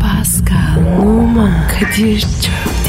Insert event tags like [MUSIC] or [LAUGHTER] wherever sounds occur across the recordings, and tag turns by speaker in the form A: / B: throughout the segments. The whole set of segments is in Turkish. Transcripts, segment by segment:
A: Pascal, Oman, Kadir çok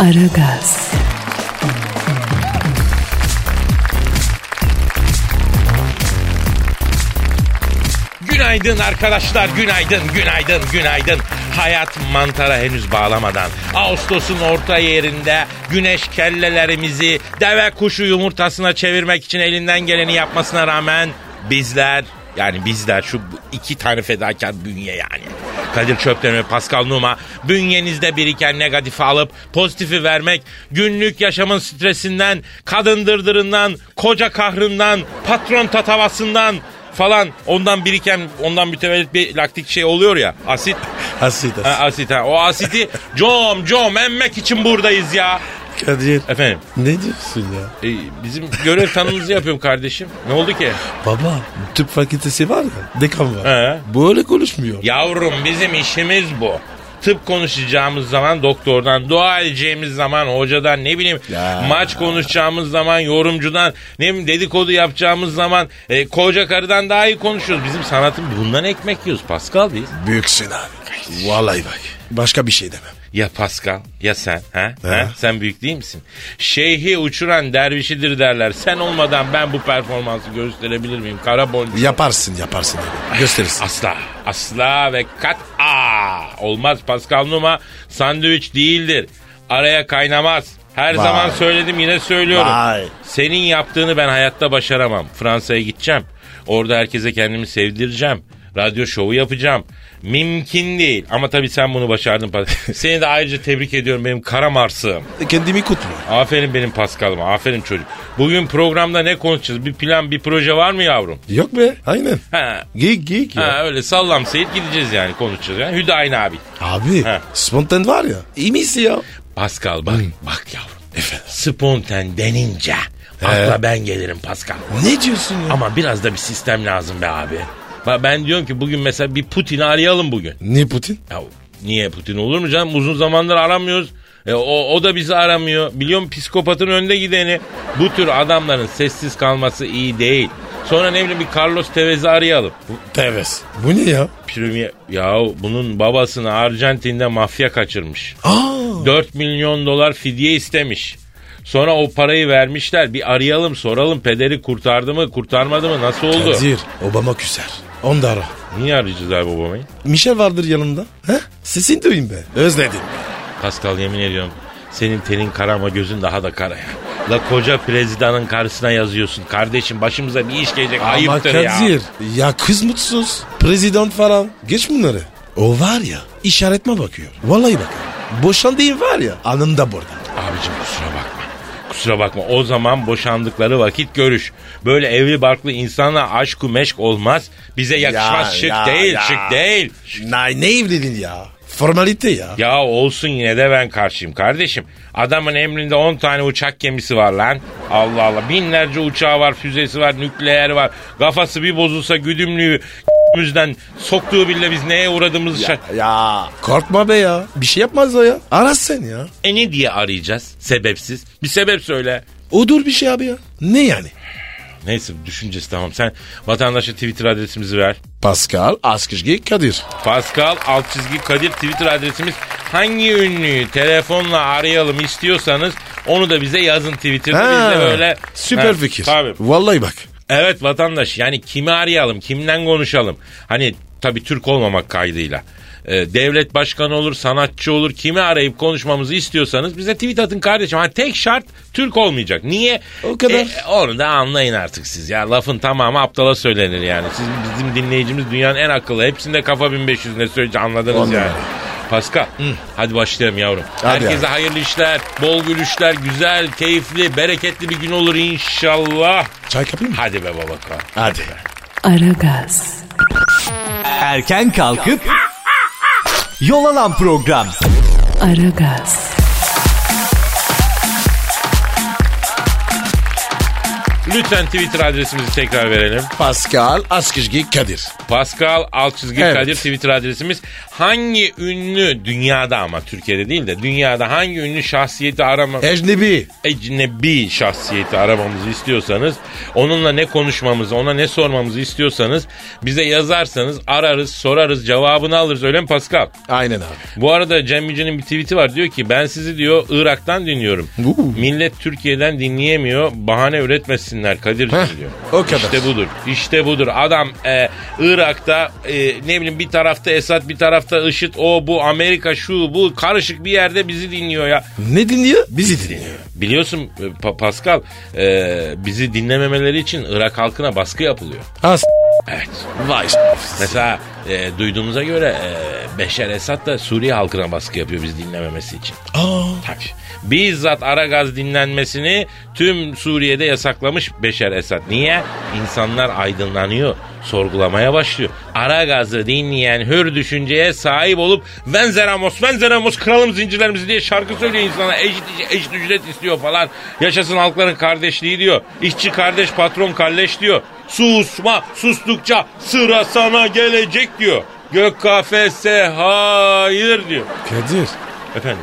A: Aragaz,
B: Günaydın arkadaşlar, günaydın, günaydın, günaydın. Hayat mantara henüz bağlamadan. Ağustos'un orta yerinde güneş kellelerimizi deve kuşu yumurtasına çevirmek için elinden geleni yapmasına rağmen bizler yani bizler şu iki tane fedakar bünye yani. Kadir Çöpten ve Pascal Numa bünyenizde biriken negatifi alıp pozitifi vermek, günlük yaşamın stresinden, kadın dırdırından, koca kahrından, patron tatavasından, falan ondan biriken ondan mütevellit bir laktik şey oluyor ya asit.
C: Asit asit.
B: Ha, asit ha.
C: [LAUGHS]
B: O asiti com com emmek için buradayız ya.
C: Kadir.
B: Efendim
C: Ne diyorsun ya?
B: e, bizim görev tanımımızı yapıyorum kardeşim. Ne oldu ki?
C: Baba tıp fakültesi var ya. Dekan var.
B: He.
C: Böyle konuşmuyor.
B: Yavrum bizim işimiz bu. Tıp konuşacağımız zaman doktordan, dua edeceğimiz zaman hocadan, ne bileyim maç konuşacağımız zaman yorumcudan, ne bileyim dedikodu yapacağımız zaman e, koca karıdan daha iyi konuşuyoruz. Bizim sanatım bundan ekmek yiyoruz Pascal biz.
C: Büyüksün abi. Vallahi bak. Başka bir şey demem.
B: Ya Pascal ya sen ha? ha? Sen büyük değil misin? Şeyhi uçuran dervişidir derler. Sen olmadan ben bu performansı gösterebilir miyim? Kara boncuk.
C: Yaparsın yaparsın abi. Gösterirsin.
B: Asla. Asla ve kat a olmaz Pascal Numa sandviç değildir. Araya kaynamaz. Her
C: Vay.
B: zaman söyledim yine söylüyorum.
C: Vay.
B: Senin yaptığını ben hayatta başaramam. Fransa'ya gideceğim. Orada herkese kendimi sevdireceğim. Radyo şovu yapacağım. Mümkün değil. Ama tabii sen bunu başardın.
C: [LAUGHS]
B: Pas- Seni de ayrıca tebrik ediyorum benim kara marsığım.
C: Kendimi kutluyorum.
B: Aferin benim Pascal'ıma. Aferin çocuk. Bugün programda ne konuşacağız? Bir plan, bir proje var mı yavrum?
C: Yok be. Aynen.
B: Ha,
C: Geyik geyik ya.
B: Ha, öyle sallam seyit gideceğiz yani konuşacağız. Yani. Hüdayin abi.
C: Abi
B: Ha.
C: spontan var ya. İyi misin ya?
B: Pascal bak bak yavrum. Spontan denince akla ben gelirim Pascal.
C: Ne diyorsun ya?
B: Ama biraz da bir sistem lazım be abi. Bak ben diyorum ki bugün mesela bir Putin'i arayalım bugün.
C: Ne Putin?
B: Ya niye Putin olur mu canım? Uzun zamandır aramıyoruz. E, o, o da bizi aramıyor. Biliyorum psikopatın önde gideni. Bu tür adamların sessiz kalması iyi değil. Sonra ne bileyim bir Carlos Tevez'i arayalım. Bu-
C: Tevez. Bu ne ya?
B: Premier... Ya bunun babasını Arjantin'de mafya kaçırmış.
C: Aa.
B: 4 milyon dolar fidye istemiş. Sonra o parayı vermişler. Bir arayalım soralım pederi kurtardı mı kurtarmadı mı nasıl oldu?
C: Kadir. Obama küser. Onu da ara.
B: Niye arayacağız abi babamayı?
C: Michel vardır yanımda. He? Sesini duyayım be. Özledim.
B: Pascal yemin ediyorum senin tenin kara ama gözün daha da kara ya. La koca prezidanın karşısına yazıyorsun. Kardeşim başımıza bir iş gelecek ayıptır
C: Ama
B: ya.
C: Kadir. Ya. kız mutsuz. Prezident falan. Geç bunları. O var ya işaretme bakıyor. Vallahi bak. Boşandığın var ya anında burada.
B: Abicim kusura bakma. Kusura bakma o zaman boşandıkları vakit görüş. Böyle evli barklı insanla aşk meşk olmaz. Bize yakışmaz
C: Ya,
B: şık
C: ya,
B: değil
C: ya.
B: şık değil.
C: Ne, ne evliliğin ya? Formalite ya.
B: Ya olsun yine de ben karşıyım kardeşim. Adamın emrinde 10 tane uçak gemisi var lan. Allah Allah binlerce uçağı var füzesi var nükleer var. Kafası bir bozulsa güdümlüğü yüzden soktuğu bile biz neye uğradığımızı şak...
C: Ya. Korkma be ya. Bir şey yapmaz o ya. Arasın ya.
B: E ne diye arayacağız sebepsiz? Bir sebep söyle.
C: Odur bir şey abi ya. Ne yani?
B: Neyse düşüncesi tamam sen vatandaşa Twitter adresimizi ver.
C: Pascal Askışgi Kadir.
B: Pascal alt çizgi Kadir Twitter adresimiz. Hangi ünlüyü telefonla arayalım istiyorsanız onu da bize yazın Twitter'da. Biz de böyle...
C: Süper
B: Ha,
C: fikir.
B: Tabii.
C: Vallahi bak.
B: Evet vatandaş yani kimi arayalım kimden konuşalım hani tabii Türk olmamak kaydıyla Ee, devlet başkanı olur sanatçı olur kimi arayıp konuşmamızı istiyorsanız bize tweet atın kardeşim hani tek şart Türk olmayacak niye
C: O kadar.
B: E, onu da anlayın artık siz ya lafın tamamı aptala söylenir yani siz bizim dinleyicimiz dünyanın en akıllı hepsinde kafa 1500 ne söyleyeceğim anladınız
C: On
B: yani.
C: numara.
B: Pascal hadi başlayalım yavrum.
C: Hadi
B: Herkese hayırlı işler, bol gülüşler, güzel, keyifli, bereketli bir gün olur inşallah.
C: Çay kapayım mı?
B: Hadi be baba kal.
C: Hadi.
A: Aragaz,
D: Erken kalkıp yol alan program.
A: Aragaz,
B: Lütfen Twitter adresimizi tekrar verelim.
C: Pascal Askışgi Kadir.
B: Pascal alt çizgi
C: Evet.
B: Kadir Twitter adresimiz. Hangi ünlü dünyada ama Türkiye'de değil de dünyada hangi ünlü şahsiyeti arama
C: Ecnebi.
B: ecnebi şahsiyeti aramamızı istiyorsanız onunla ne konuşmamızı ona ne sormamızı istiyorsanız bize yazarsanız ararız sorarız cevabını alırız öyle mi Pascal?
C: Aynen abi.
B: Bu arada Cem Yücel'in bir tweet'i var diyor ki ben sizi diyor Irak'tan dinliyorum.
C: Uuu.
B: Millet Türkiye'den dinleyemiyor bahane üretmesinler Kadir'cim
C: Heh,
B: diyor.
C: o kadar.
B: İşte budur işte budur adam e, Irak'ta e, ne bileyim bir tarafta Esad bir tarafta IŞİD o bu Amerika şu bu karışık bir yerde bizi dinliyor ya.
C: Ne dinliyor? Bizi dinliyor.
B: Biliyorsun e, Pa- Pascal e, bizi dinlememeleri için Irak halkına baskı yapılıyor.
C: As.
B: Evet.
C: Vay s-
B: Mesela e, duyduğumuza göre e, Beşer Esad da Suriye halkına baskı yapıyor biz dinlememesi için.
C: Aa,
B: Tabii. Bizzat Aragaz dinlenmesini tüm Suriye'de yasaklamış Beşer Esad. Niye? İnsanlar aydınlanıyor, sorgulamaya başlıyor. Aragaz'ı dinleyen hür düşünceye sahip olup Venzeramos, Venzeramos kralım zincirlerimizi diye şarkı söylüyor insana. Eşit, eşit ücret istiyor falan. Yaşasın halkların kardeşliği diyor. İşçi kardeş, patron kardeş diyor. Susma, sustukça sıra sana gelecek diyor. Gök kafese hayır diyor.
C: Kadir.
B: Efendim?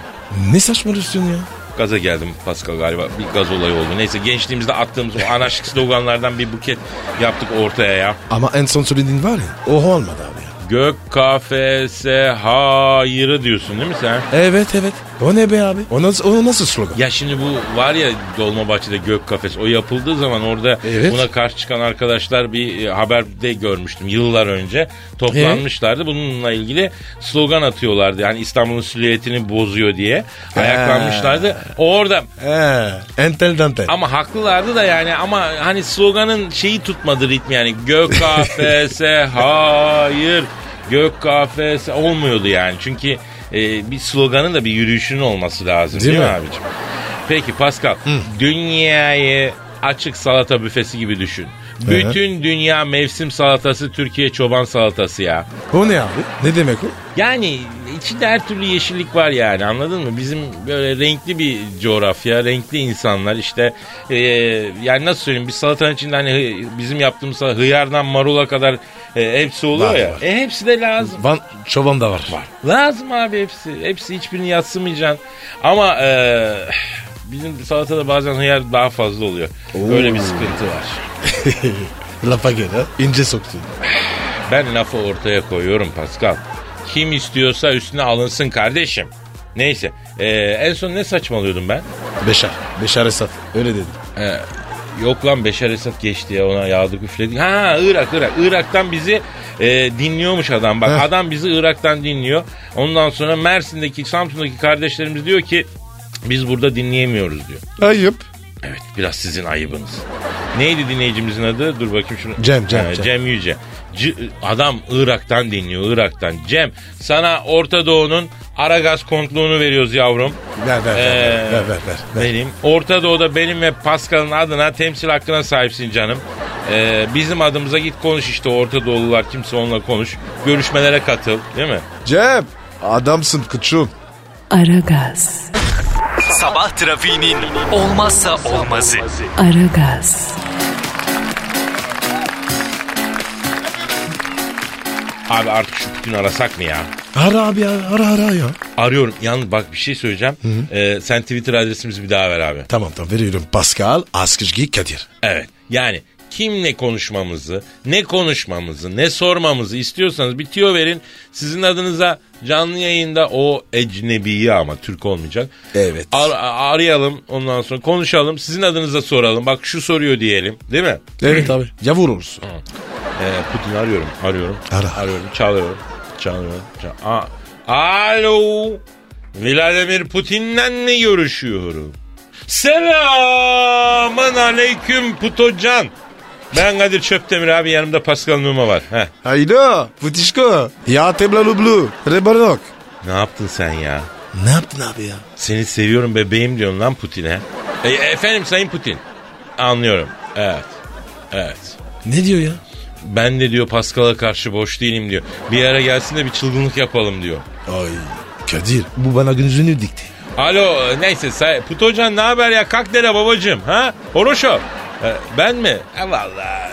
C: Ne saçmalıyorsun ya?
B: Gaza geldim Pascal galiba. Bir gaz olayı oldu. Neyse gençliğimizde attığımız o anarşik sloganlardan bir buket yaptık ortaya ya.
C: Ama en son söylediğin var ya. Oha olmadı abi ya.
B: Gök kafese hayırı diyorsun değil mi sen?
C: Evet evet. O ne be abi? O nasıl, o nasıl slogan?
B: Ya şimdi bu var ya Dolmabahçe'de Gök Kafes o yapıldığı zaman orada
C: Evet.
B: buna karşı çıkan arkadaşlar bir e, haberde görmüştüm yıllar önce. Toplanmışlardı bununla ilgili slogan atıyorlardı. Yani İstanbul'un silüetini bozuyor diye ayaklanmışlardı. Orada
C: He. Entel dantel.
B: Ama haklılardı da yani ama hani sloganın şeyi tutmadı ritmi yani [LAUGHS] gök kafese hayır gök kafese olmuyordu yani çünkü e, bir sloganın da bir yürüyüşünün olması lazım değil,
C: Değil
B: mi
C: mi?
B: abicim? Peki Pascal dünyayı açık salata büfesi gibi düşün. Bütün dünya mevsim salatası Türkiye çoban salatası ya.
C: O ne abi? Ne demek o?
B: Yani içinde her türlü yeşillik var yani anladın mı? Bizim böyle renkli bir coğrafya, renkli insanlar işte e, yani nasıl söyleyeyim bir salatanın içinde hani hı- bizim yaptığımız salata, hıyardan marula kadar e, hepsi oluyor
C: Var,
B: ya.
C: var.
B: E hepsi de lazım.
C: Van çoban da var.
B: Lazım abi hepsi. Hepsi hiçbirini yatsımayacaksın. Ama e, bizim salatada bazen hıyar daha fazla oluyor. Öyle bir sıkıntı var.
C: Lafa gel ha. İnce soktun.
B: Ben lafı ortaya koyuyorum Pascal. Kim istiyorsa üstüne alınsın kardeşim. Neyse. ee, en son ne saçmalıyordum ben?
C: Beşer. Beşer Esat. Öyle dedim.
B: Ee, yok lan Beşer Esat geçti ya ona yağdı üfledik. Ha Irak Irak. Irak'tan bizi ee, dinliyormuş adam. Bak
C: Heh.
B: adam bizi Irak'tan dinliyor. Ondan sonra Mersin'deki Samsun'daki kardeşlerimiz diyor ki biz burada dinleyemiyoruz diyor.
C: Ayıp.
B: Evet biraz sizin ayıbınız. Neydi dinleyicimizin adı? Dur bakayım şunu.
C: Cem, Cem,
B: Ee,
C: Cem.
B: Yüce. C- adam Irak'tan dinliyor Irak'tan. Cem sana Orta Doğu'nun Aragaz kontluğunu veriyoruz yavrum.
C: Ver ver
B: Ee,
C: ver, ver ver ver. ver.
B: Benim. Orta Doğu'da benim ve Pascal'ın adına temsil hakkına sahipsin canım. Ee, bizim adımıza git konuş işte Orta Doğulular kimse onunla konuş. Görüşmelere katıl değil mi?
C: Cem. Adamsın kıçım.
A: Aragaz,
D: Sabah trafiğinin olmazsa olmazı.
A: Aragaz,
B: Abi artık şu gün arasak mı ya?
C: Ara abi ya, ara ara ya.
B: Arıyorum. Yalnız bak bir şey söyleyeceğim. Ee, sen Twitter adresimizi bir daha ver abi.
C: Tamam tamam veriyorum. Pascal Askışgi Kadir.
B: Evet. Yani kimle konuşmamızı, ne konuşmamızı, ne sormamızı istiyorsanız bir tüyo verin. Sizin adınıza canlı yayında o ecnebiyi ama Türk olmayacak.
C: Evet.
B: Ar- a- arayalım ondan sonra konuşalım. Sizin adınıza soralım. Bak şu soruyor diyelim. Değil mi?
C: Evet abi. Ya vurursun.
B: Ee, Putin arıyorum. Arıyorum.
C: Ara.
B: Arıyorum. Çağırıyorum. Çağırıyorum. Çağ- A- Alo. Vladimir Putin'le mi görüşüyorum? Selamın aleyküm Putocan. Ben Kadir Çöptemir abi yanımda Pascal Numa var. Heh.
C: Hayda. Futişko. Ya tebla lublu. Rebarok.
B: Ne yaptın sen ya?
C: Ne yaptın abi ya?
B: Seni seviyorum bebeğim diyorsun lan Putin'e. E, efendim Sayın Putin. Anlıyorum. Evet. Evet.
C: Ne diyor ya?
B: Ben de diyor Pascal'a karşı boş değilim diyor. Bir ara gelsin de bir çılgınlık yapalım diyor.
C: Ay Kadir bu bana gözünü dikti.
B: Alo neyse say Putocan ne haber ya kalk dere babacım ha? Horoşo. E, ben mi? E, vallahi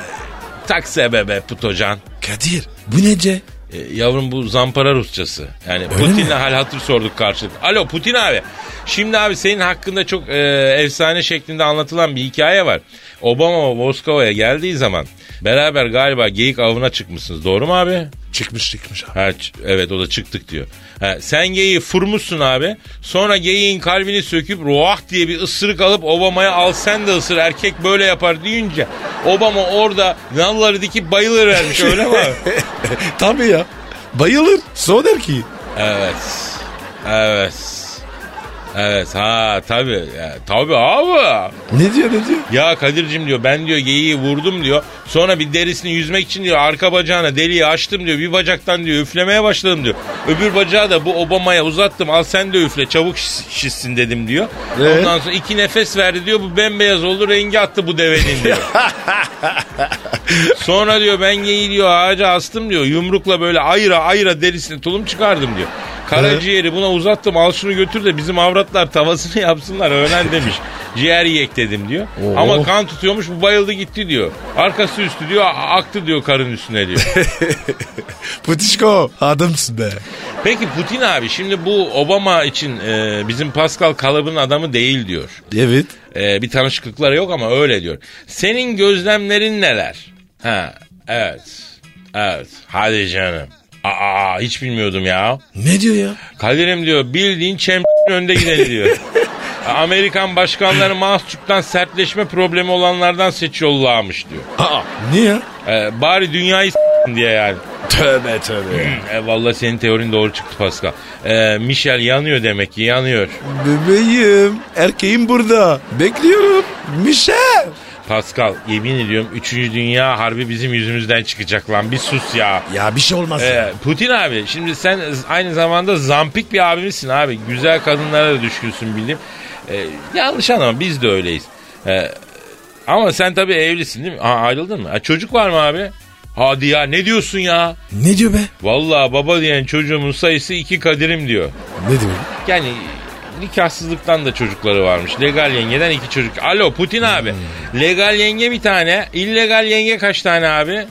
B: tak sebebe Putocan.
C: Kadir bu nece?
B: E, yavrum bu zampara Rusçası. Yani
C: Öyle
B: Putin'le
C: mi?
B: hal hatır sorduk karşılık. Alo Putin abi. Şimdi abi senin hakkında çok e, efsane şeklinde anlatılan bir hikaye var. Obama Moskova'ya geldiği zaman beraber galiba geyik avına çıkmışsınız. Doğru mu abi?
C: Çıkmış çıkmış abi.
B: Ha, ç- evet o da çıktık diyor. Ha, sen geyiği fırmışsın abi. Sonra geyiğin kalbini söküp ruah diye bir ısırık alıp Obama'ya al sen de ısır erkek böyle yapar deyince Obama orada nalları dikip bayılır vermiş öyle mi abi?
C: [LAUGHS] Tabii ya. Bayılır. So der ki.
B: Evet. Evet. Evet ha tabi tabi abi
C: Ne diyor ne diyor?
B: ya Kadir'cim diyor ben diyor geyiği vurdum diyor sonra bir derisini yüzmek için diyor arka bacağına deliği açtım diyor bir bacaktan diyor üflemeye başladım diyor öbür bacağı da bu Obama'ya uzattım al sen de üfle çabuk şiş- şişsin dedim diyor
C: Ee?
B: ondan sonra iki nefes verdi diyor bu bembeyaz oldu rengi attı bu devenin diyor Sonra diyor ben geyiği diyor ağaca astım diyor. Yumrukla böyle ayıra ayıra derisini tulum çıkardım diyor. Karaciğeri buna uzattım al şunu götür de bizim avratlar tavasını [LAUGHS] yapsınlar öğlen demiş. Ciğer yek dedim diyor.
C: Oo.
B: Ama kan tutuyormuş bu bayıldı gitti diyor. Arkası üstü diyor a- aktı diyor karın üstüne diyor.
C: Putişko adamsın be.
B: Peki Putin abi şimdi bu Obama için e, bizim Pascal kalıbın adamı değil diyor.
C: Evet.
B: Ee, bir tanışıklıkları yok ama öyle diyor. Senin gözlemlerin neler? Ha, evet. Evet. Hadi canım. Aa hiç bilmiyordum ya.
C: Ne diyor ya?
B: Kadir'im diyor bildiğin çem önde gideni diyor. Amerikan başkanları mahsuktan sertleşme problemi olanlardan seçiyorlarmış diyor.
C: Aa. Niye ya?
B: Ee, bari dünyayı s- diye yani.
C: Tövbe tövbe.
B: E, vallahi senin teorin doğru çıktı Pascal. Ee, Michel yanıyor demek ki yanıyor.
C: Bebeğim erkeğim burada. Bekliyorum. Mişel.
B: Pascal yemin ediyorum 3. Dünya Harbi bizim yüzümüzden çıkacak lan bir sus ya.
C: Ya bir şey olmaz.
B: Ee, Putin abi şimdi sen aynı zamanda zampik bir abimsin abi. Güzel kadınlara da düşkünsün bildim. Ee, yanlış anlama biz de öyleyiz. Ee, ama sen tabii evlisin değil mi? Aa, ayrıldın mı? Ha, çocuk var mı abi? Hadi ya ne diyorsun ya?
C: Ne diyor be?
B: Vallahi baba diyen çocuğumun sayısı iki Kadir'im diyor.
C: Ne diyor?
B: Yani nikahsızlıktan da çocukları varmış. Legal yengeden iki çocuk. Alo Putin abi. Legal yenge bir tane. illegal yenge kaç tane abi?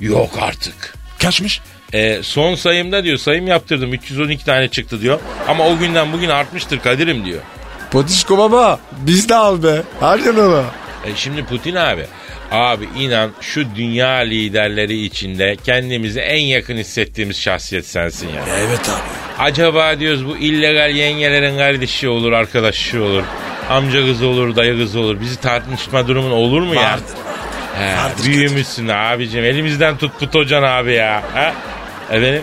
B: Yok artık.
C: Kaçmış?
B: E, son sayımda diyor sayım yaptırdım 312 tane çıktı diyor. Ama o günden bugün artmıştır Kadir'im diyor.
C: Potişko baba biz de al be. Harbiden ona.
B: E, şimdi Putin abi. Abi inan şu dünya liderleri içinde kendimizi en yakın hissettiğimiz şahsiyet sensin ya.
C: Evet abi.
B: Acaba diyoruz bu illegal yengelerin kardeşi olur, arkadaşı olur. Amca kızı olur, dayı kızı olur. Bizi tartışma durumun olur mu ya?
C: Vardır.
B: He,
C: vardır
B: büyümüşsün abicim. Elimizden tut put hocan abi ya. Ha? Efendim?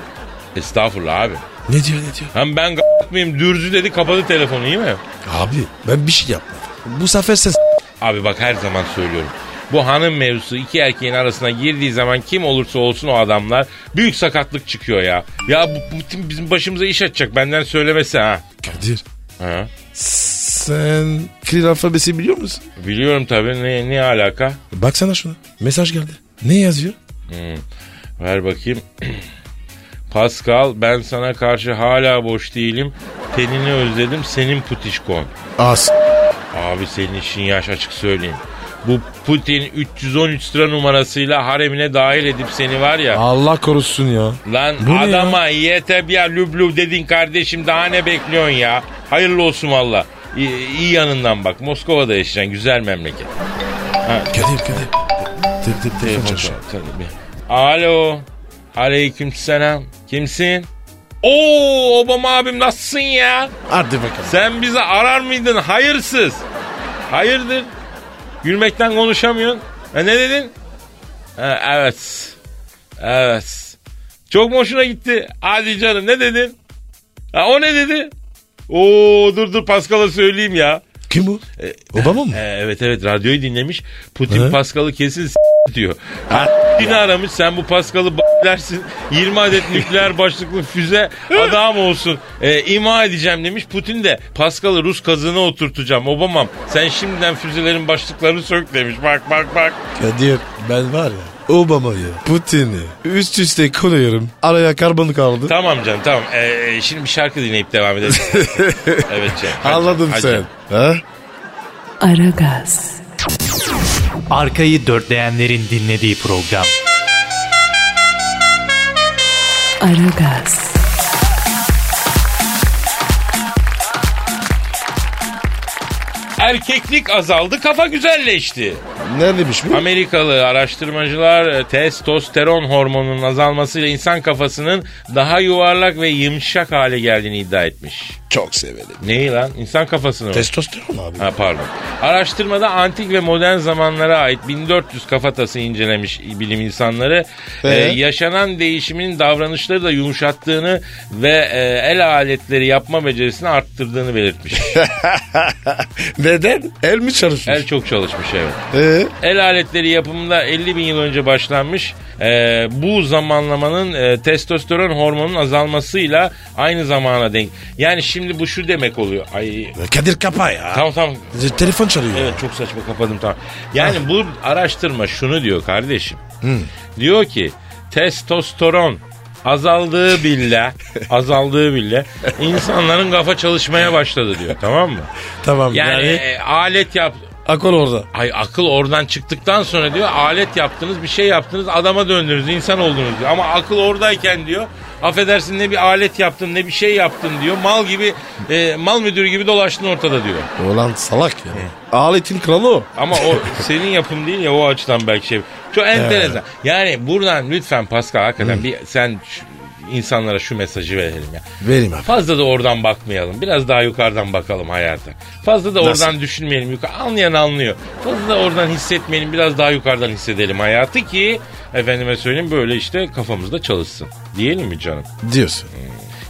B: Estağfurullah abi.
C: Ne diyor ne diyor?
B: Hem ben mıyım dürzü dedi kapadı telefonu iyi mi?
C: Abi ben bir şey yapmadım. Bu sefer sen s-
B: Abi bak her zaman söylüyorum. Bu hanım mevzusu iki erkeğin arasına girdiği zaman kim olursa olsun o adamlar büyük sakatlık çıkıyor ya. Ya bu, bu bizim başımıza iş açacak benden söylemesi ha.
C: Kadir
B: ha.
C: sen Kril alfabesi biliyor musun?
B: Biliyorum tabii ne, ne alaka?
C: Baksana şuna. Mesaj geldi. Ne yazıyor?
B: Ver bakayım. [CLEARS THROAT] Pascal ben sana karşı hala boş değilim. Tenini özledim senin putişkon.
C: As.
B: Abi senin işin yaş açık söyleyeyim. Bu Putin 313 sıra numarasıyla haremine dahil edip seni var ya.
C: Allah korusun ya.
B: Lan
C: Bu ne
B: adama YTB'ye lüblü dedin kardeşim daha ne bekliyorsun ya? Hayırlı olsun valla. İyi, iyi yanından bak. Moskova'da yaşayacaksın güzel memleket.
C: Kadir Kadir. Tep tep telefon
B: Telefon
C: çalıyor.
B: çal- tabii. Alo. Aleykümselam. Kimsin? Oo Obama abim nasılsın ya?
C: Hadi bakalım.
B: Sen bizi arar mıydın hayırsız? Hayırdır? Gülmekten konuşamıyorsun. Ha, ne dedin? Ha, evet. Evet. Çok mu hoşuna gitti? Hadi canım ne dedin? Ha, o ne dedi? Oo dur dur Paskal'a söyleyeyim ya.
C: Kim bu? Obama mı?
B: Ee, evet evet radyoyu dinlemiş. Putin
C: Hı?
B: Paskal'ı kesin s- diyor.
C: Ha,
B: Putin'i aramış sen bu Paskal'ı b- dersin 20
C: [LAUGHS]
B: adet nükleer başlıklı füze adam olsun Ee, ima edeceğim demiş. Putin de Paskal'ı Rus kazığına oturtacağım Obamam sen şimdiden füzelerin başlıklarını sök demiş. Bak bak bak.
C: Kadir ben var ya Obama'yı, Putin'i üst üste koyuyorum. Araya karbon kaldı.
B: Tamam canım tamam. Ee, şimdi bir şarkı dinleyip
C: [LAUGHS]
B: devam edelim. evet canım. Hadi,
C: Anladım
B: hadi
C: sen.
B: canım.
C: Ha?
A: Aragaz,
D: Arkayı dörtleyenlerin dinlediği program.
A: Aragaz,
B: Erkeklik azaldı kafa güzelleşti.
C: Neredeymiş bu?
B: Amerikalı araştırmacılar e, testosteron hormonunun azalmasıyla insan kafasının daha yuvarlak ve yumuşak hale geldiğini iddia etmiş.
C: Çok severim.
B: Neyi lan? İnsan kafasını mı?
C: Testosteron abi.
B: Ha pardon. Araştırmada antik ve modern zamanlara ait 1400 kafatası incelemiş bilim insanları.
C: Ee?
B: Ee, yaşanan değişimin davranışları da yumuşattığını ve e, el aletleri yapma becerisini arttırdığını belirtmiş.
C: [LAUGHS] Neden? El mi çalışmış?
B: el çok çalışmış evet.
C: Ee,
B: El aletleri yapımında 50 bin yıl önce başlanmış. Ee, bu zamanlamanın e, testosteron hormonunun azalmasıyla aynı zamana denk. Yani şimdi bu şu demek oluyor. Ay
C: Kadir kapa ya.
B: tamam tamam
C: Te- Telefon çalıyor.
B: Evet çok saçma kapadım tamam. Yani bu araştırma şunu diyor kardeşim. Diyor ki testosteron
C: [LAUGHS]
B: azaldığı bile azaldığı bile insanların kafa çalışmaya başladı diyor tamam mı?
C: Tamam
B: Yani,
C: yani.
B: e, alet yap
C: Akol orada.
B: Ay akıl oradan çıktıktan sonra diyor alet yaptınız bir şey yaptınız adama döndünüz insan oldunuz diyor. Ama akıl oradayken diyor affedersin ne bir alet yaptın ne bir şey yaptın diyor. Mal gibi e, mal müdürü gibi dolaştın ortada diyor.
C: Ulan salak ya. Aletin kralı o.
B: Ama o senin yapım değil ya o açıdan belki şey. Çok enteresan. Yani buradan lütfen Pascal hakikaten bir sen şu- insanlara şu mesajı verelim ya.
C: Verim abi.
B: Fazla da oradan bakmayalım. Biraz daha yukarıdan bakalım hayata. Fazla da
C: Nasıl?
B: oradan düşünmeyelim. Yukarı anlayan anlıyor. Fazla da oradan hissetmeyelim. Biraz daha yukarıdan hissedelim hayatı ki efendime söyleyeyim böyle işte kafamızda çalışsın. Diyelim mi canım?
C: Diyorsun.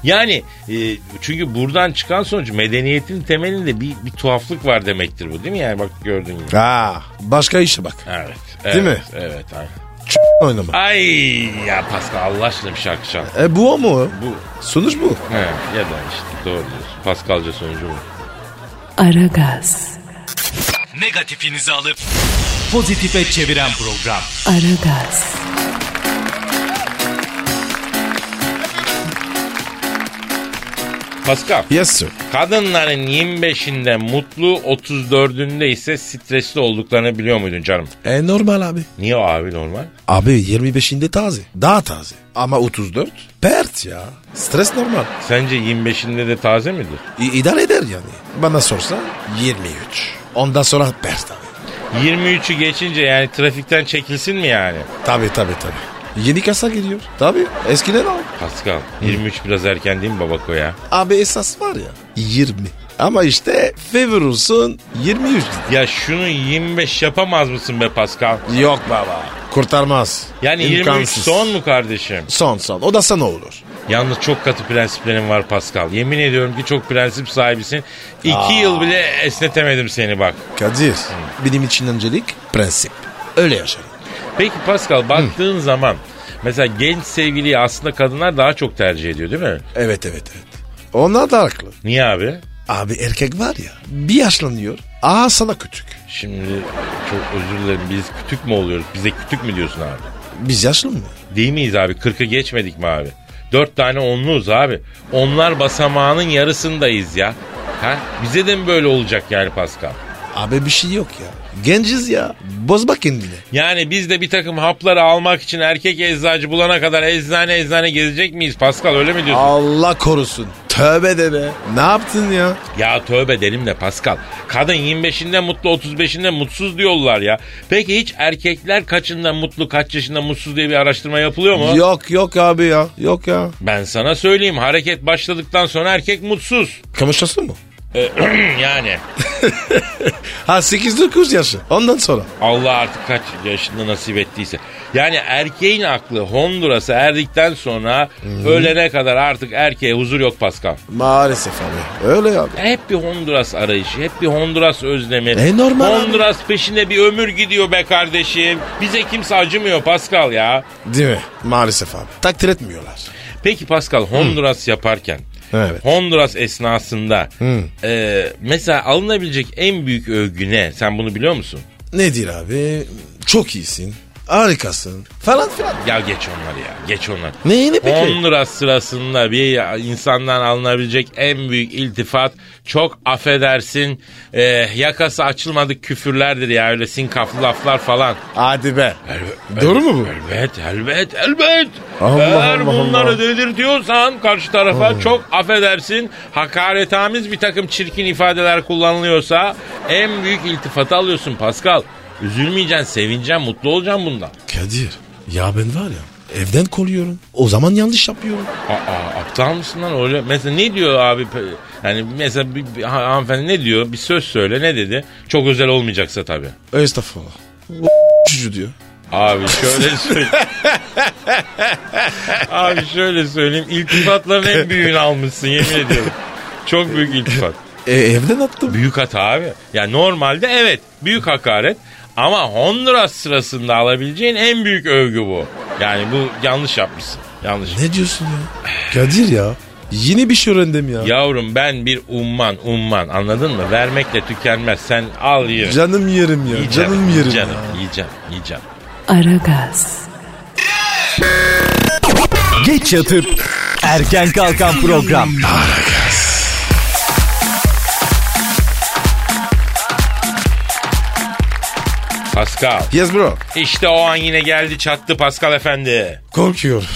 B: Yani e, çünkü buradan çıkan sonuç medeniyetin temelinde bir, bir tuhaflık var demektir bu değil mi? Yani bak gördüğün gibi.
C: Ha, başka işe bak.
B: Evet.
C: Değil
B: evet,
C: mi?
B: Evet. aynen.
C: Ç- oynama.
B: Ay ya Pascal Allah aşkına bir şarkı çal.
C: E bu o mu? o?
B: Bu.
C: Sonuç bu.
B: He, ya da işte doğru diyorsun. Pascalca sonucu bu.
A: Aragaz,
D: Negatifinizi alıp pozitife çeviren program.
A: Aragaz,
B: Pascal.
C: Yes sir.
B: Kadınların 25'inde mutlu 34'ünde ise stresli olduklarını biliyor muydun canım?
C: E normal abi.
B: Niye abi normal?
C: Abi 25'inde taze. Daha taze. Ama 34? Pert ya. Stres normal.
B: Sence 25'inde de taze midir?
C: İ- idare eder yani. Bana sorsa 23. Ondan sonra pert abi.
B: 23'ü geçince yani trafikten çekilsin mi yani?
C: Tabi tabi tabi. Yeni kasa geliyor. Tabi eskiden al.
B: Pascal 23 biraz erken değil mi babako ya?
C: Abi esas var ya 20. Ama işte favor olsun 23.
B: Ya şunu 25 yapamaz mısın be Pascal?
C: Yok baba. Kurtarmaz.
B: Yani 23
C: İmkansız.
B: son mu kardeşim?
C: Son son. O da sana olur.
B: Yalnız çok katı prensiplerin var Pascal. Yemin ediyorum ki çok prensip sahibisin. İki yıl bile esnetemedim seni bak.
C: Kadir. Benim için öncelik prensip. Öyle yaşarım.
B: Peki Pascal baktığın zaman mesela genç sevgiliyi aslında kadınlar daha çok tercih ediyor değil mi?
C: Evet evet evet. Onlar da haklı.
B: Niye abi?
C: Abi erkek var ya bir yaşlanıyor. Aa sana küçük.
B: Şimdi çok özür dilerim biz kütük mü oluyoruz? Bize kütük mü diyorsun abi?
C: Biz yaşlı mı?
B: Değil miyiz abi? 40'ı geçmedik mi abi? Dört tane onluğuz abi. Onlar basamağının yarısındayız ya. Ha? Bize de mi böyle olacak yani Pascal?
C: Abi bir şey yok ya. Genciz ya. Bozma kendini.
B: Yani biz de bir takım hapları almak için erkek eczacı bulana kadar eczane eczane gezecek miyiz Pascal öyle mi diyorsun?
C: Allah korusun. Tövbe de be. Ne yaptın ya?
B: Ya tövbe derim de Pascal. Kadın 25'inde mutlu 35'inde mutsuz diyorlar ya. Peki hiç erkekler kaçında mutlu kaç yaşında mutsuz diye bir araştırma yapılıyor mu?
C: Yok yok abi ya. Yok ya.
B: Ben sana söyleyeyim hareket başladıktan sonra erkek mutsuz. E,
C: Kamışlasın mı?
B: [CLEARS THROAT] yani
C: Ha 8-9 yaşı. Ondan sonra.
B: Allah artık kaç yaşında nasip ettiyse. Yani erkeğin aklı Honduras'a erdikten sonra ölene kadar artık erkeğe huzur yok Pascal.
C: Maalesef abi. Öyle abi.
B: Hep bir Honduras arayışı, hep bir Honduras özlemi.
C: E, normal abi.
B: Honduras peşinde bir ömür gidiyor be kardeşim. Bize kimse acımıyor Pascal ya.
C: Değil mi? Maalesef abi. Takdir etmiyorlar.
B: Peki Pascal Honduras yaparken
C: Evet.
B: Honduras esnasında e, mesela alınabilecek en büyük övgü ne? Sen bunu biliyor musun?
C: Nedir abi? Çok iyisin. harikasın falan filan.
B: Ya geç onları ya geç onları.
C: Neyini peki?
B: Honduras sırasında bir insandan alınabilecek en büyük iltifat çok affedersin e, yakası açılmadık küfürlerdir ya öyle sinkaflı laflar falan.
C: Hadi be.
B: Elbe-
C: Doğru
B: el-
C: mu bu?
B: Elbet, elbet, elbet.
C: Allah
B: Eğer
C: Allah
B: bunları
C: Allah.
B: dedirtiyorsan karşı tarafa çok affedersin hakaretamiz bir takım çirkin ifadeler kullanılıyorsa en büyük iltifatı alıyorsun Pascal. Üzülmeyeceksin, sevineceksin, mutlu olacaksın bundan.
C: Kadir ya ben var ya evden koruyorum. O zaman yanlış yapıyorum.
B: Aa, aptal mısın lan öyle? Mesela ne diyor abi? Pe- Yani mesela bir, bir ha- hanımefendi ne diyor? Bir söz söyle ne dedi? Çok özel olmayacaksa tabii.
C: Estağfurullah. O çocuğu diyor.
B: Abi şöyle söyleyeyim. abi şöyle söyleyeyim. İltifatların en büyüğünü almışsın yemin ediyorum. Çok büyük iltifat.
C: E, evden attım.
B: Büyük hata abi. Ya normalde evet büyük hakaret. Ama Honduras sırasında alabileceğin en büyük övgü bu. Yani bu yanlış yapmışsın. Yanlış.
C: Ne diyorsun ya? Kadir ya. Yeni bir şey öğrendim ya.
B: Yavrum ben bir umman umman anladın mı? Vermekle tükenmez. Sen al ye.
C: Canım yerim ya.
B: Yiyeceğim,
C: Canım yerim
B: Canım
C: ya.
B: yiyeceğim yiyeceğim.
A: Aragaz,
D: Geç yatıp erken kalkan program.
B: Pascal.
C: Yes bro.
B: İşte o an yine geldi çattı Pascal efendi.
C: Korkuyorum.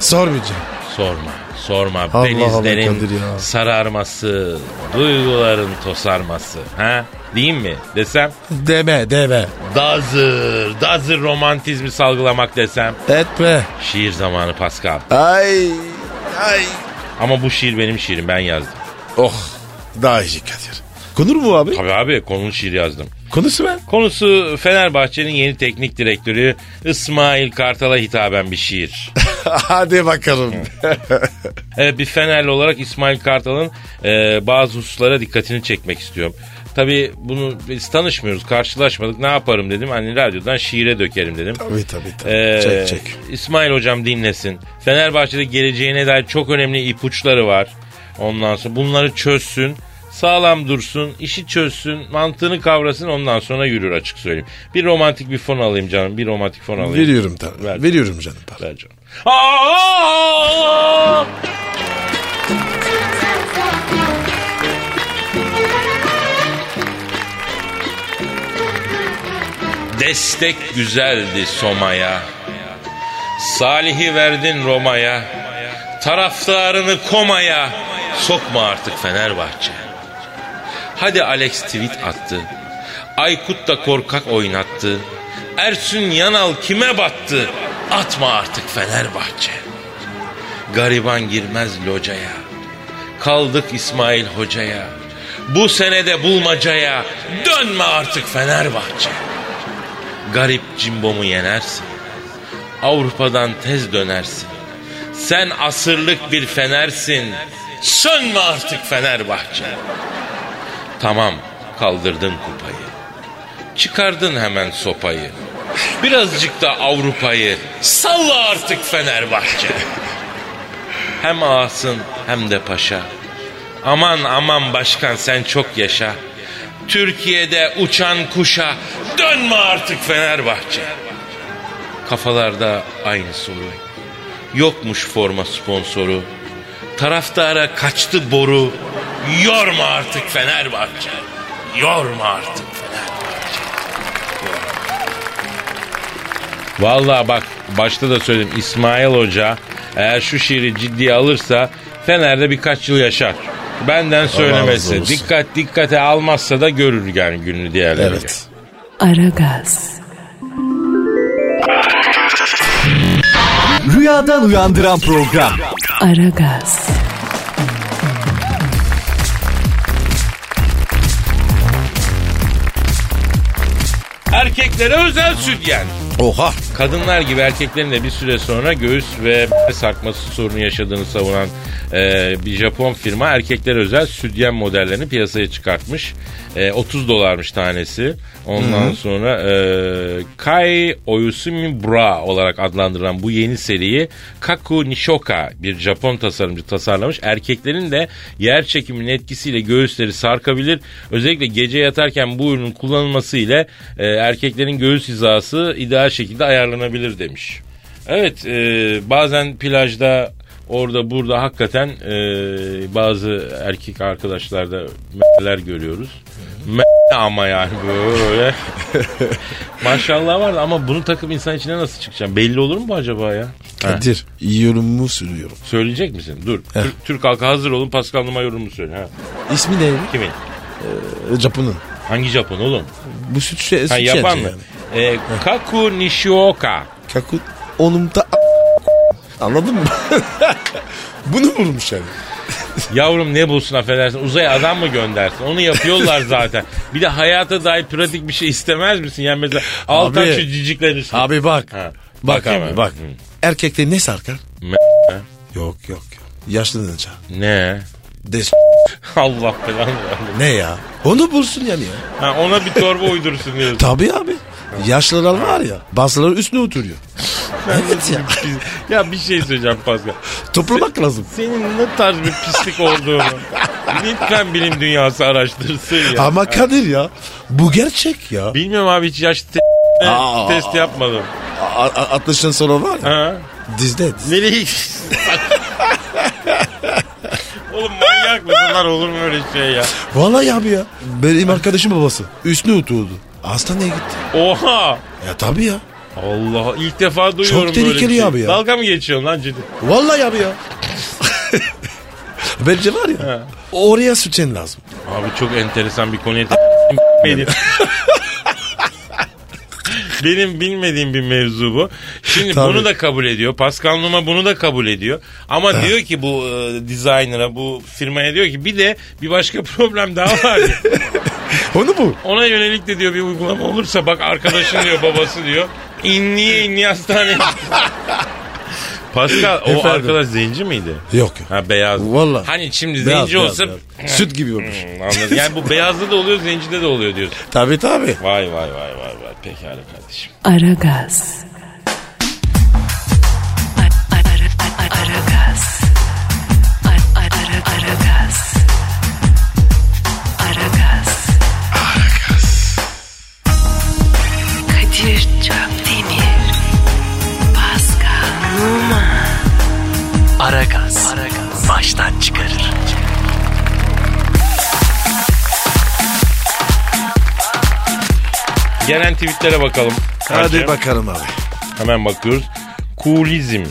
C: Sormayacağım.
B: Sorma sorma.
C: Allah
B: Belizlerin
C: Kadir ya.
B: sararması, duyguların tosarması. Ha? Değil mi desem?
C: Deme deme.
B: Dazır, dazır romantizmi salgılamak desem.
C: Etme.
B: Şiir zamanı Pascal.
C: Ay. Ay.
B: Ama bu şiir benim şiirim ben yazdım.
C: Oh. Daha iyi Kadir. Konur mu abi?
B: Tabii abi konulu şiir yazdım.
C: Konusu ben.
B: Konusu Fenerbahçe'nin yeni teknik direktörü İsmail Kartal'a hitaben bir şiir.
C: Hadi bakalım.
B: Evet Ee, bir Fenerli olarak İsmail Kartal'ın e, bazı hususlara dikkatini çekmek istiyorum. Tabii bunu biz tanışmıyoruz, karşılaşmadık. Ne yaparım dedim. Hani radyodan şiire dökerim dedim.
C: tabii tabii. tabii.
B: Ee,
C: çek çek.
B: İsmail hocam dinlesin. Fenerbahçe'de geleceğine dair çok önemli ipuçları var. Ondan sonra bunları çözsün. Sağlam dursun, işi çözsün, mantığını kavrasın ondan sonra yürür açık söyleyeyim. Bir romantik bir fon alayım canım, bir romantik fon alayım.
C: Veriyorum tabii.
B: Ver.
C: Veriyorum canım. para.
B: Ver canım. Aa! Destek güzeldi Soma'ya. Salih'i verdin Roma'ya. Taraftarını komaya. Sokma artık Fenerbahçe. Hadi Alex tweet attı. Aykut da korkak oynattı. Ersun Yanal kime battı? Atma artık Fenerbahçe. Gariban girmez locaya. Kaldık İsmail Hoca'ya. Bu senede bulmacaya. Dönme artık Fenerbahçe. Garip cimbomu yenersin. Avrupa'dan tez dönersin. Sen asırlık bir fenersin. Sönme artık Fenerbahçe. Tamam kaldırdın kupayı. Çıkardın hemen sopayı. Birazcık da Avrupa'yı. Salla artık Fenerbahçe. hem ağasın hem de paşa. Aman aman başkan sen çok yaşa. Türkiye'de uçan kuşa dönme artık Fenerbahçe. Kafalarda aynı soru. Yokmuş forma sponsoru. Taraftara kaçtı boru. Yorma artık Fenerbahçe. Yorma artık Fenerbahçe. Valla bak başta da söyledim İsmail Hoca eğer şu şiiri ciddiye alırsa Fener'de birkaç yıl yaşar. Benden
C: razı
B: söylemesi.
C: olsun.
B: Dikkat dikkate almazsa da görür yani gününü diğerleri.
C: Evet.
A: Aragaz,
D: Rüyadan uyandıran program.
A: Aragaz,
B: Erkeklere özel süt yani.
C: Oha.
B: Kadınlar gibi erkeklerin de bir süre sonra göğüs ve b- sarkması sorunu yaşadığını savunan e, bir Japon firma erkeklere özel sütyen modellerini piyasaya çıkartmış. E, 30 dolarmış tanesi. Ondan sonra e, Kai Oyusumi Bra olarak adlandırılan bu yeni seriyi Kaku Nishoka bir Japon tasarımcı tasarlamış. Erkeklerin de yer çekiminin etkisiyle göğüsleri sarkabilir. Özellikle gece yatarken bu ürünün kullanılması ile e, erkeklerin göğüs hizası ideal şekilde ayarlanabilir ayarlanabilir demiş. Evet e, bazen plajda orada burada hakikaten e, bazı erkek arkadaşlarda m**ler görüyoruz. M**le ama yani böyle. Maşallah var da ama bunu takıp insan içine nasıl çıkacağım? Belli olur mu bu acaba ya? Ha,
C: Kadir yorumumu söylüyorum.
B: söyleyecek misin? Dur. Türk, Türk halkı hazır olun. Pascal Numa yorumunu söyle. Ha.
C: İsmi neydi?
B: Kimin?
C: Japon'un.
B: Hangi Japon oğlum?
C: Bu süt şey, süt
B: Ha, yapan mı?
C: yani.
B: E, Kaku Nishioka.
C: Kakut onumda Anladın mı? [LAUGHS] Bunu vurmuş yani.
B: Yavrum ne bulsun affedersin uzaya adam mı göndersin onu yapıyorlar zaten. Bir de hayata dair pratik bir şey istemez misin? Yani mesela al tak
C: Abi.
B: şu ciciklerin üstüne.
C: Abi bak.
B: Ha.
C: Bak
B: Bakayım
C: abi
B: abi.
C: bak.
B: Hı.
C: Erkekte ne sarkar?
B: Me-
C: Yok yok. Yaşlanınca.
B: Ne?
C: Des
B: Allah falan. versin.
C: ne ya? Onu bulsun yani ya.
B: Ha, ona bir torba uydursun diyorsun.
C: Tabii abi. Yaşlılar var ya. Bazıları üstüne oturuyor. [LAUGHS] evet ya.
B: ya bir şey söyleyeceğim Pascal.
C: Toplamak lazım.
B: Senin ne tarz bir pislik olduğunu lütfen bilim dünyası araştırsın ya.
C: Ama Kadir ya. Bu gerçek ya.
B: Bilmiyorum abi hiç yaş te-
C: Aa.
B: test yapmadım.
C: A- a- 60'tan sonra var ya.
B: Ha?
C: Dizde diz.
B: Melih. Oğlum manyak mısın lan olur mu öyle şey ya?
C: Vallahi abi ya. Benim arkadaşım babası. Üstüne oturdu. Hastaneye gitti.
B: Oha.
C: Ya tabii ya.
B: Allah ilk defa duyuyorum böyle bir
C: tehlikeli
B: şey.
C: abi ya.
B: Dalga mı geçiyorsun lan ciddi?
C: Vallahi abi ya. [LAUGHS] Bence var ya. Oraya sütün lazım.
B: Abi çok enteresan bir konuya
C: [LAUGHS]
B: Benim- Benim bilmediğim bir mevzu bu. Şimdi
C: Tabii.
B: bunu da kabul ediyor. Pascal Numa bunu da kabul ediyor. Ama diyor ki bu e, designer'a, bu firmaya diyor ki bir de bir başka [LAUGHS] problem daha var. diyor.
C: Onu bu.
B: Ona yönelik de diyor bir uygulama olursa bak arkadaşın diyor babası diyor. İnliye inliye hastaneye. Pascal o
C: Efendim?
B: arkadaş zenci miydi?
C: Yok yok.
B: Ha beyaz.
C: Vallahi.
B: Hani şimdi
C: Beyaz,
B: zenci
C: beyaz,
B: olsa...
C: beyaz. Süt gibi olmuş.
B: Hmm, anladım. Yani bu beyazda da oluyor, zencide de oluyor diyorsun.
C: Tabii tabii.
B: Vay vay vay vay vay. Pekala kardeşim.
A: Aragaz. Aragaz. Aragaz. Aragaz. Kadir Çöptemir. Pascal Numa.
E: Aragaz. Baştan çıkarır.
B: Gelen tweetlere bakalım.
C: Hadi
B: Hacı.
C: bakalım abi.
B: Hemen bakıyoruz. Coolizm.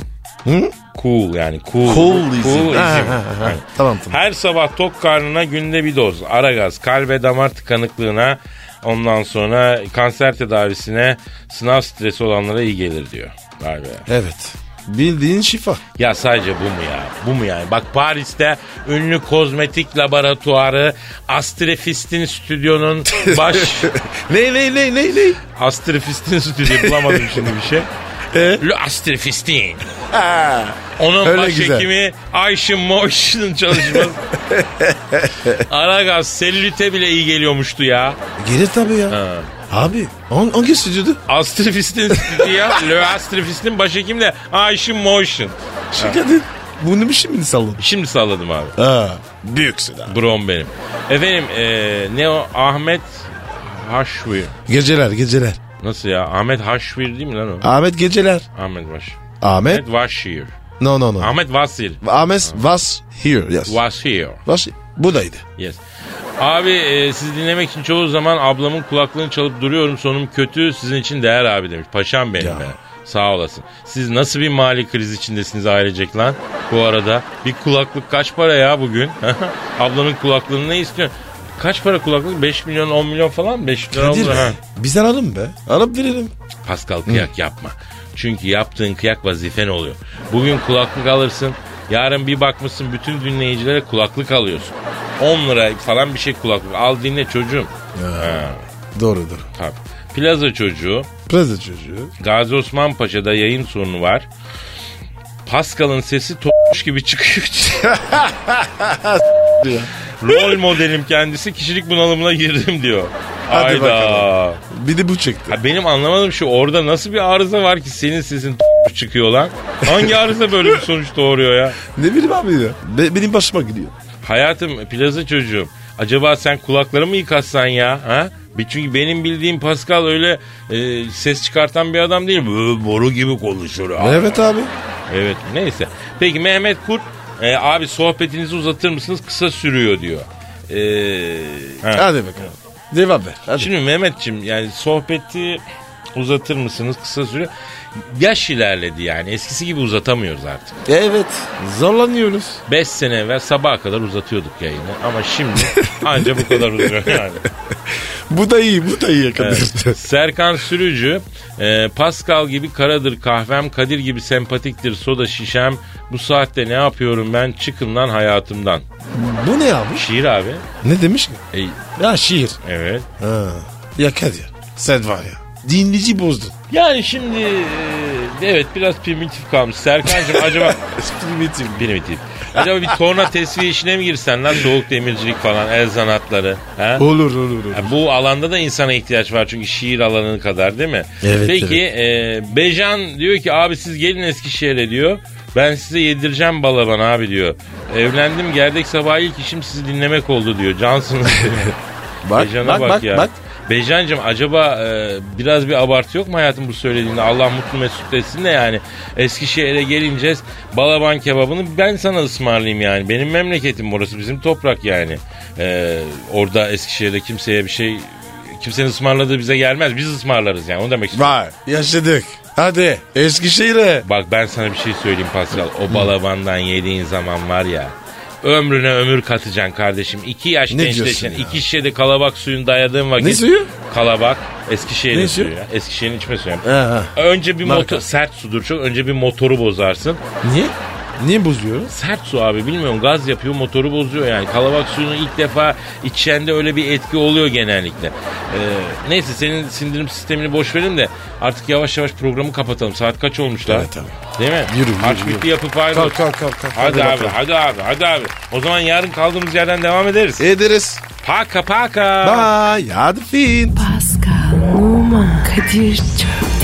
C: Hı?
B: Cool yani cool.
C: Coolizm.
B: Coolizm.
C: Ha, ha, ha, ha.
B: Yani.
C: Tamam tamam.
B: Her sabah tok karnına günde bir doz. Aragaz, kalp ve damar tıkanıklığına ondan sonra kanser tedavisine sınav stresi olanlara iyi gelir diyor. Vay be.
C: Evet. Bildiğin şifa.
B: Ya sadece bu mu ya? Bu mu yani? Bak Paris'te ünlü kozmetik laboratuvarı Astrefist'in stüdyonun baş...
C: Ne ne ne ne ne?
B: Astrefist'in stüdyo bulamadım şimdi bir şey. Le Astrefist'in. Onun
C: öyle
B: başhekimi Ayşe Moş'un çalışması. Aragaz selülite bile iyi geliyormuştu ya.
C: Gelir tabii ya. Abi on, hangi stüdyodu?
B: Astrefist'in stüdyo ya. Le Astrefist'in başhekimi de Ayşe Moş'un.
C: Şu kadın. hani Bunu bir şimdi salladın.
B: Şimdi salladım abi.
C: Ha. Büyüksün abi.
B: Brom benim. Efendim eee, ne o Ahmet Haşvi.
C: Geceler geceler.
B: Nasıl ya? Ahmet Haşvir değil mi lan o?
C: Ahmet geceler.
B: Ahmet Vaş.
C: Ahmet.
B: Ahmet Vaşir.
C: No no no.
B: Ahmet Vasil.
C: Ahmet was here. Yes.
B: Vasil.
C: Was buradaydı.
B: Yes. Abi e, sizi dinlemek için çoğu zaman ablamın kulaklığını çalıp duruyorum. Sonum kötü. Sizin için değer abi demiş. Paşam benim
C: Ya.
B: be. Sağ olasın. Siz nasıl bir mali kriz içindesiniz ailecek lan? Bu arada bir kulaklık kaç para ya bugün? [LAUGHS] Ablanın kulaklığını ne istiyorsun? Kaç para kulaklık? 5 milyon 10 milyon falan 5 milyon
C: Kadir
B: olur ha.
C: be. Biz alalım be. Alıp verelim.
B: Pascal kıyak yapma. Çünkü yaptığın kıyak vazifen oluyor. Bugün kulaklık alırsın. Yarın bir bakmışsın bütün dinleyicilere kulaklık alıyorsun. 10 lira falan bir şey kulaklık. Al dinle çocuğum.
C: Doğru doğru.
B: Tabii. Plaza çocuğu.
C: Prezi çocuğu.
B: Gazi Osman Paşa'da yayın sorunu var. Pascal'ın sesi toş gibi çıkıyor.
C: [LAUGHS]
B: Rol modelim kendisi kişilik bunalımına girdim diyor.
C: Hadi
B: Hayda.
C: bakalım. Bir de bu çıktı.
B: Ha benim anlamadığım şu orada nasıl bir arıza var ki senin sesin [LAUGHS] çıkıyor lan? Hangi arıza böyle bir sonuç doğuruyor ya?
C: Ne bileyim abi ya. Be- benim başıma gidiyor.
B: Hayatım plaza çocuğum. Acaba sen kulakları mı yıkatsan ya? Ha? Bir- Çünkü benim bildiğim Pascal öyle e, ses çıkartan bir adam değil. Böyle boru gibi konuşur.
C: Evet abi.
B: Evet neyse. Peki Mehmet Kurt e, abi sohbetinizi uzatır mısınız kısa sürüyor diyor. E, ha.
C: Hadi bakalım. Devam ver. Hadi.
B: Şimdi Mehmetçim yani sohbeti uzatır mısınız kısa sürüyor. Yaş ilerledi yani eskisi gibi uzatamıyoruz artık.
C: Evet. Zorlanıyoruz.
B: 5 sene evvel sabaha kadar uzatıyorduk yayını ama şimdi anca bu kadar uzuyor yani.
C: Bu da iyi. Bu da iyi.
B: Evet. Serkan Sürücü, e, Pascal gibi karadır kahvem, Kadir gibi sempatiktir soda şişem. Bu saatte ne yapıyorum ben? Çıkın lan hayatımdan.
C: bu ne abi?
B: Şiir abi.
C: Ne demiş ki?
B: E,
C: Ya şiir.
B: evet.
C: Ha. Ya Kadir. Sen var ya. Dinleyici bozdun.
B: Yani şimdi e, evet biraz primitif kalmış. Serkan'cığım acaba
C: Primitif.
B: primitif. Acaba bir torna tesviye işine mi girsen lan soğuk demircilik falan el sanatları. Ha?
C: Olur olur olur.
B: Ya Bu alanda da insana ihtiyaç var çünkü şiir alanı kadar değil mi?
C: Evet,
B: Peki e, Bejan diyor ki abi siz gelin Eskişehir'e diyor. Ben size yedireceğim balaban abi diyor. Evlendim gerdek sabah ilk işim sizi dinlemek oldu diyor.
C: [LAUGHS]
B: Cansınız diyor.
C: Bak
B: Bejan'a
C: bak bak bak.
B: Bejancığım acaba e, biraz bir abartı yok mu hayatım bu söylediğinde? Allah mutlu mesut etsin de yani. Eskişehir'e gelineceğiz. Balaban kebabını ben sana ısmarlayayım yani. Benim memleketim burası bizim toprak yani. E, orada Eskişehir'de kimseye bir şey kimsenin ısmarladığı bize gelmez. Biz ısmarlarız yani. Onu demek istiyorum.
C: Vay. Yaşadık. Hadi. Eskişehir'e.
B: Bak ben sana bir şey söyleyeyim Pascal. O balabandan yediğin zaman var ya. Ömrüne ömür katacaksın kardeşim. İki yaş
C: Ne
B: gençleşeceksin.
C: diyorsun ya?
B: İki şişede kalabak suyun dayadığın vakit.
C: Ne suyu?
B: Kalabak. Eskişehir'in
C: Ne
B: suyu.
C: suyu?
B: ya. Eskişehir'in içme suyu.
C: Ha, ha.
B: Önce bir
C: Marka.
B: motor sert sudur çok. Önce bir motoru bozarsın.
C: Niye? Niye bozuyoruz?
B: Sert su abi bilmiyorum gaz yapıyor motoru bozuyor yani. Kalabak suyunu ilk defa içende öyle bir etki oluyor genellikle. Ee, neyse senin sindirim sistemini boş verin de artık yavaş yavaş programı kapatalım. Saat kaç olmuş lan?
C: Evet, tamam.
B: Değil mi?
C: Yürü, yürü,
B: Harç
C: yürü.
B: bitti yapıp ayrı.
C: Kalk kalk kalk. kalk.
B: Hadi, abi,
C: bakalım.
B: hadi abi, hadi abi. O zaman yarın kaldığımız yerden devam ederiz.
C: Ederiz.
B: Paka paka.
C: E- Bye. Hadi fin.
A: Pascal, Oman, Kadir çok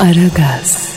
A: Aragaz.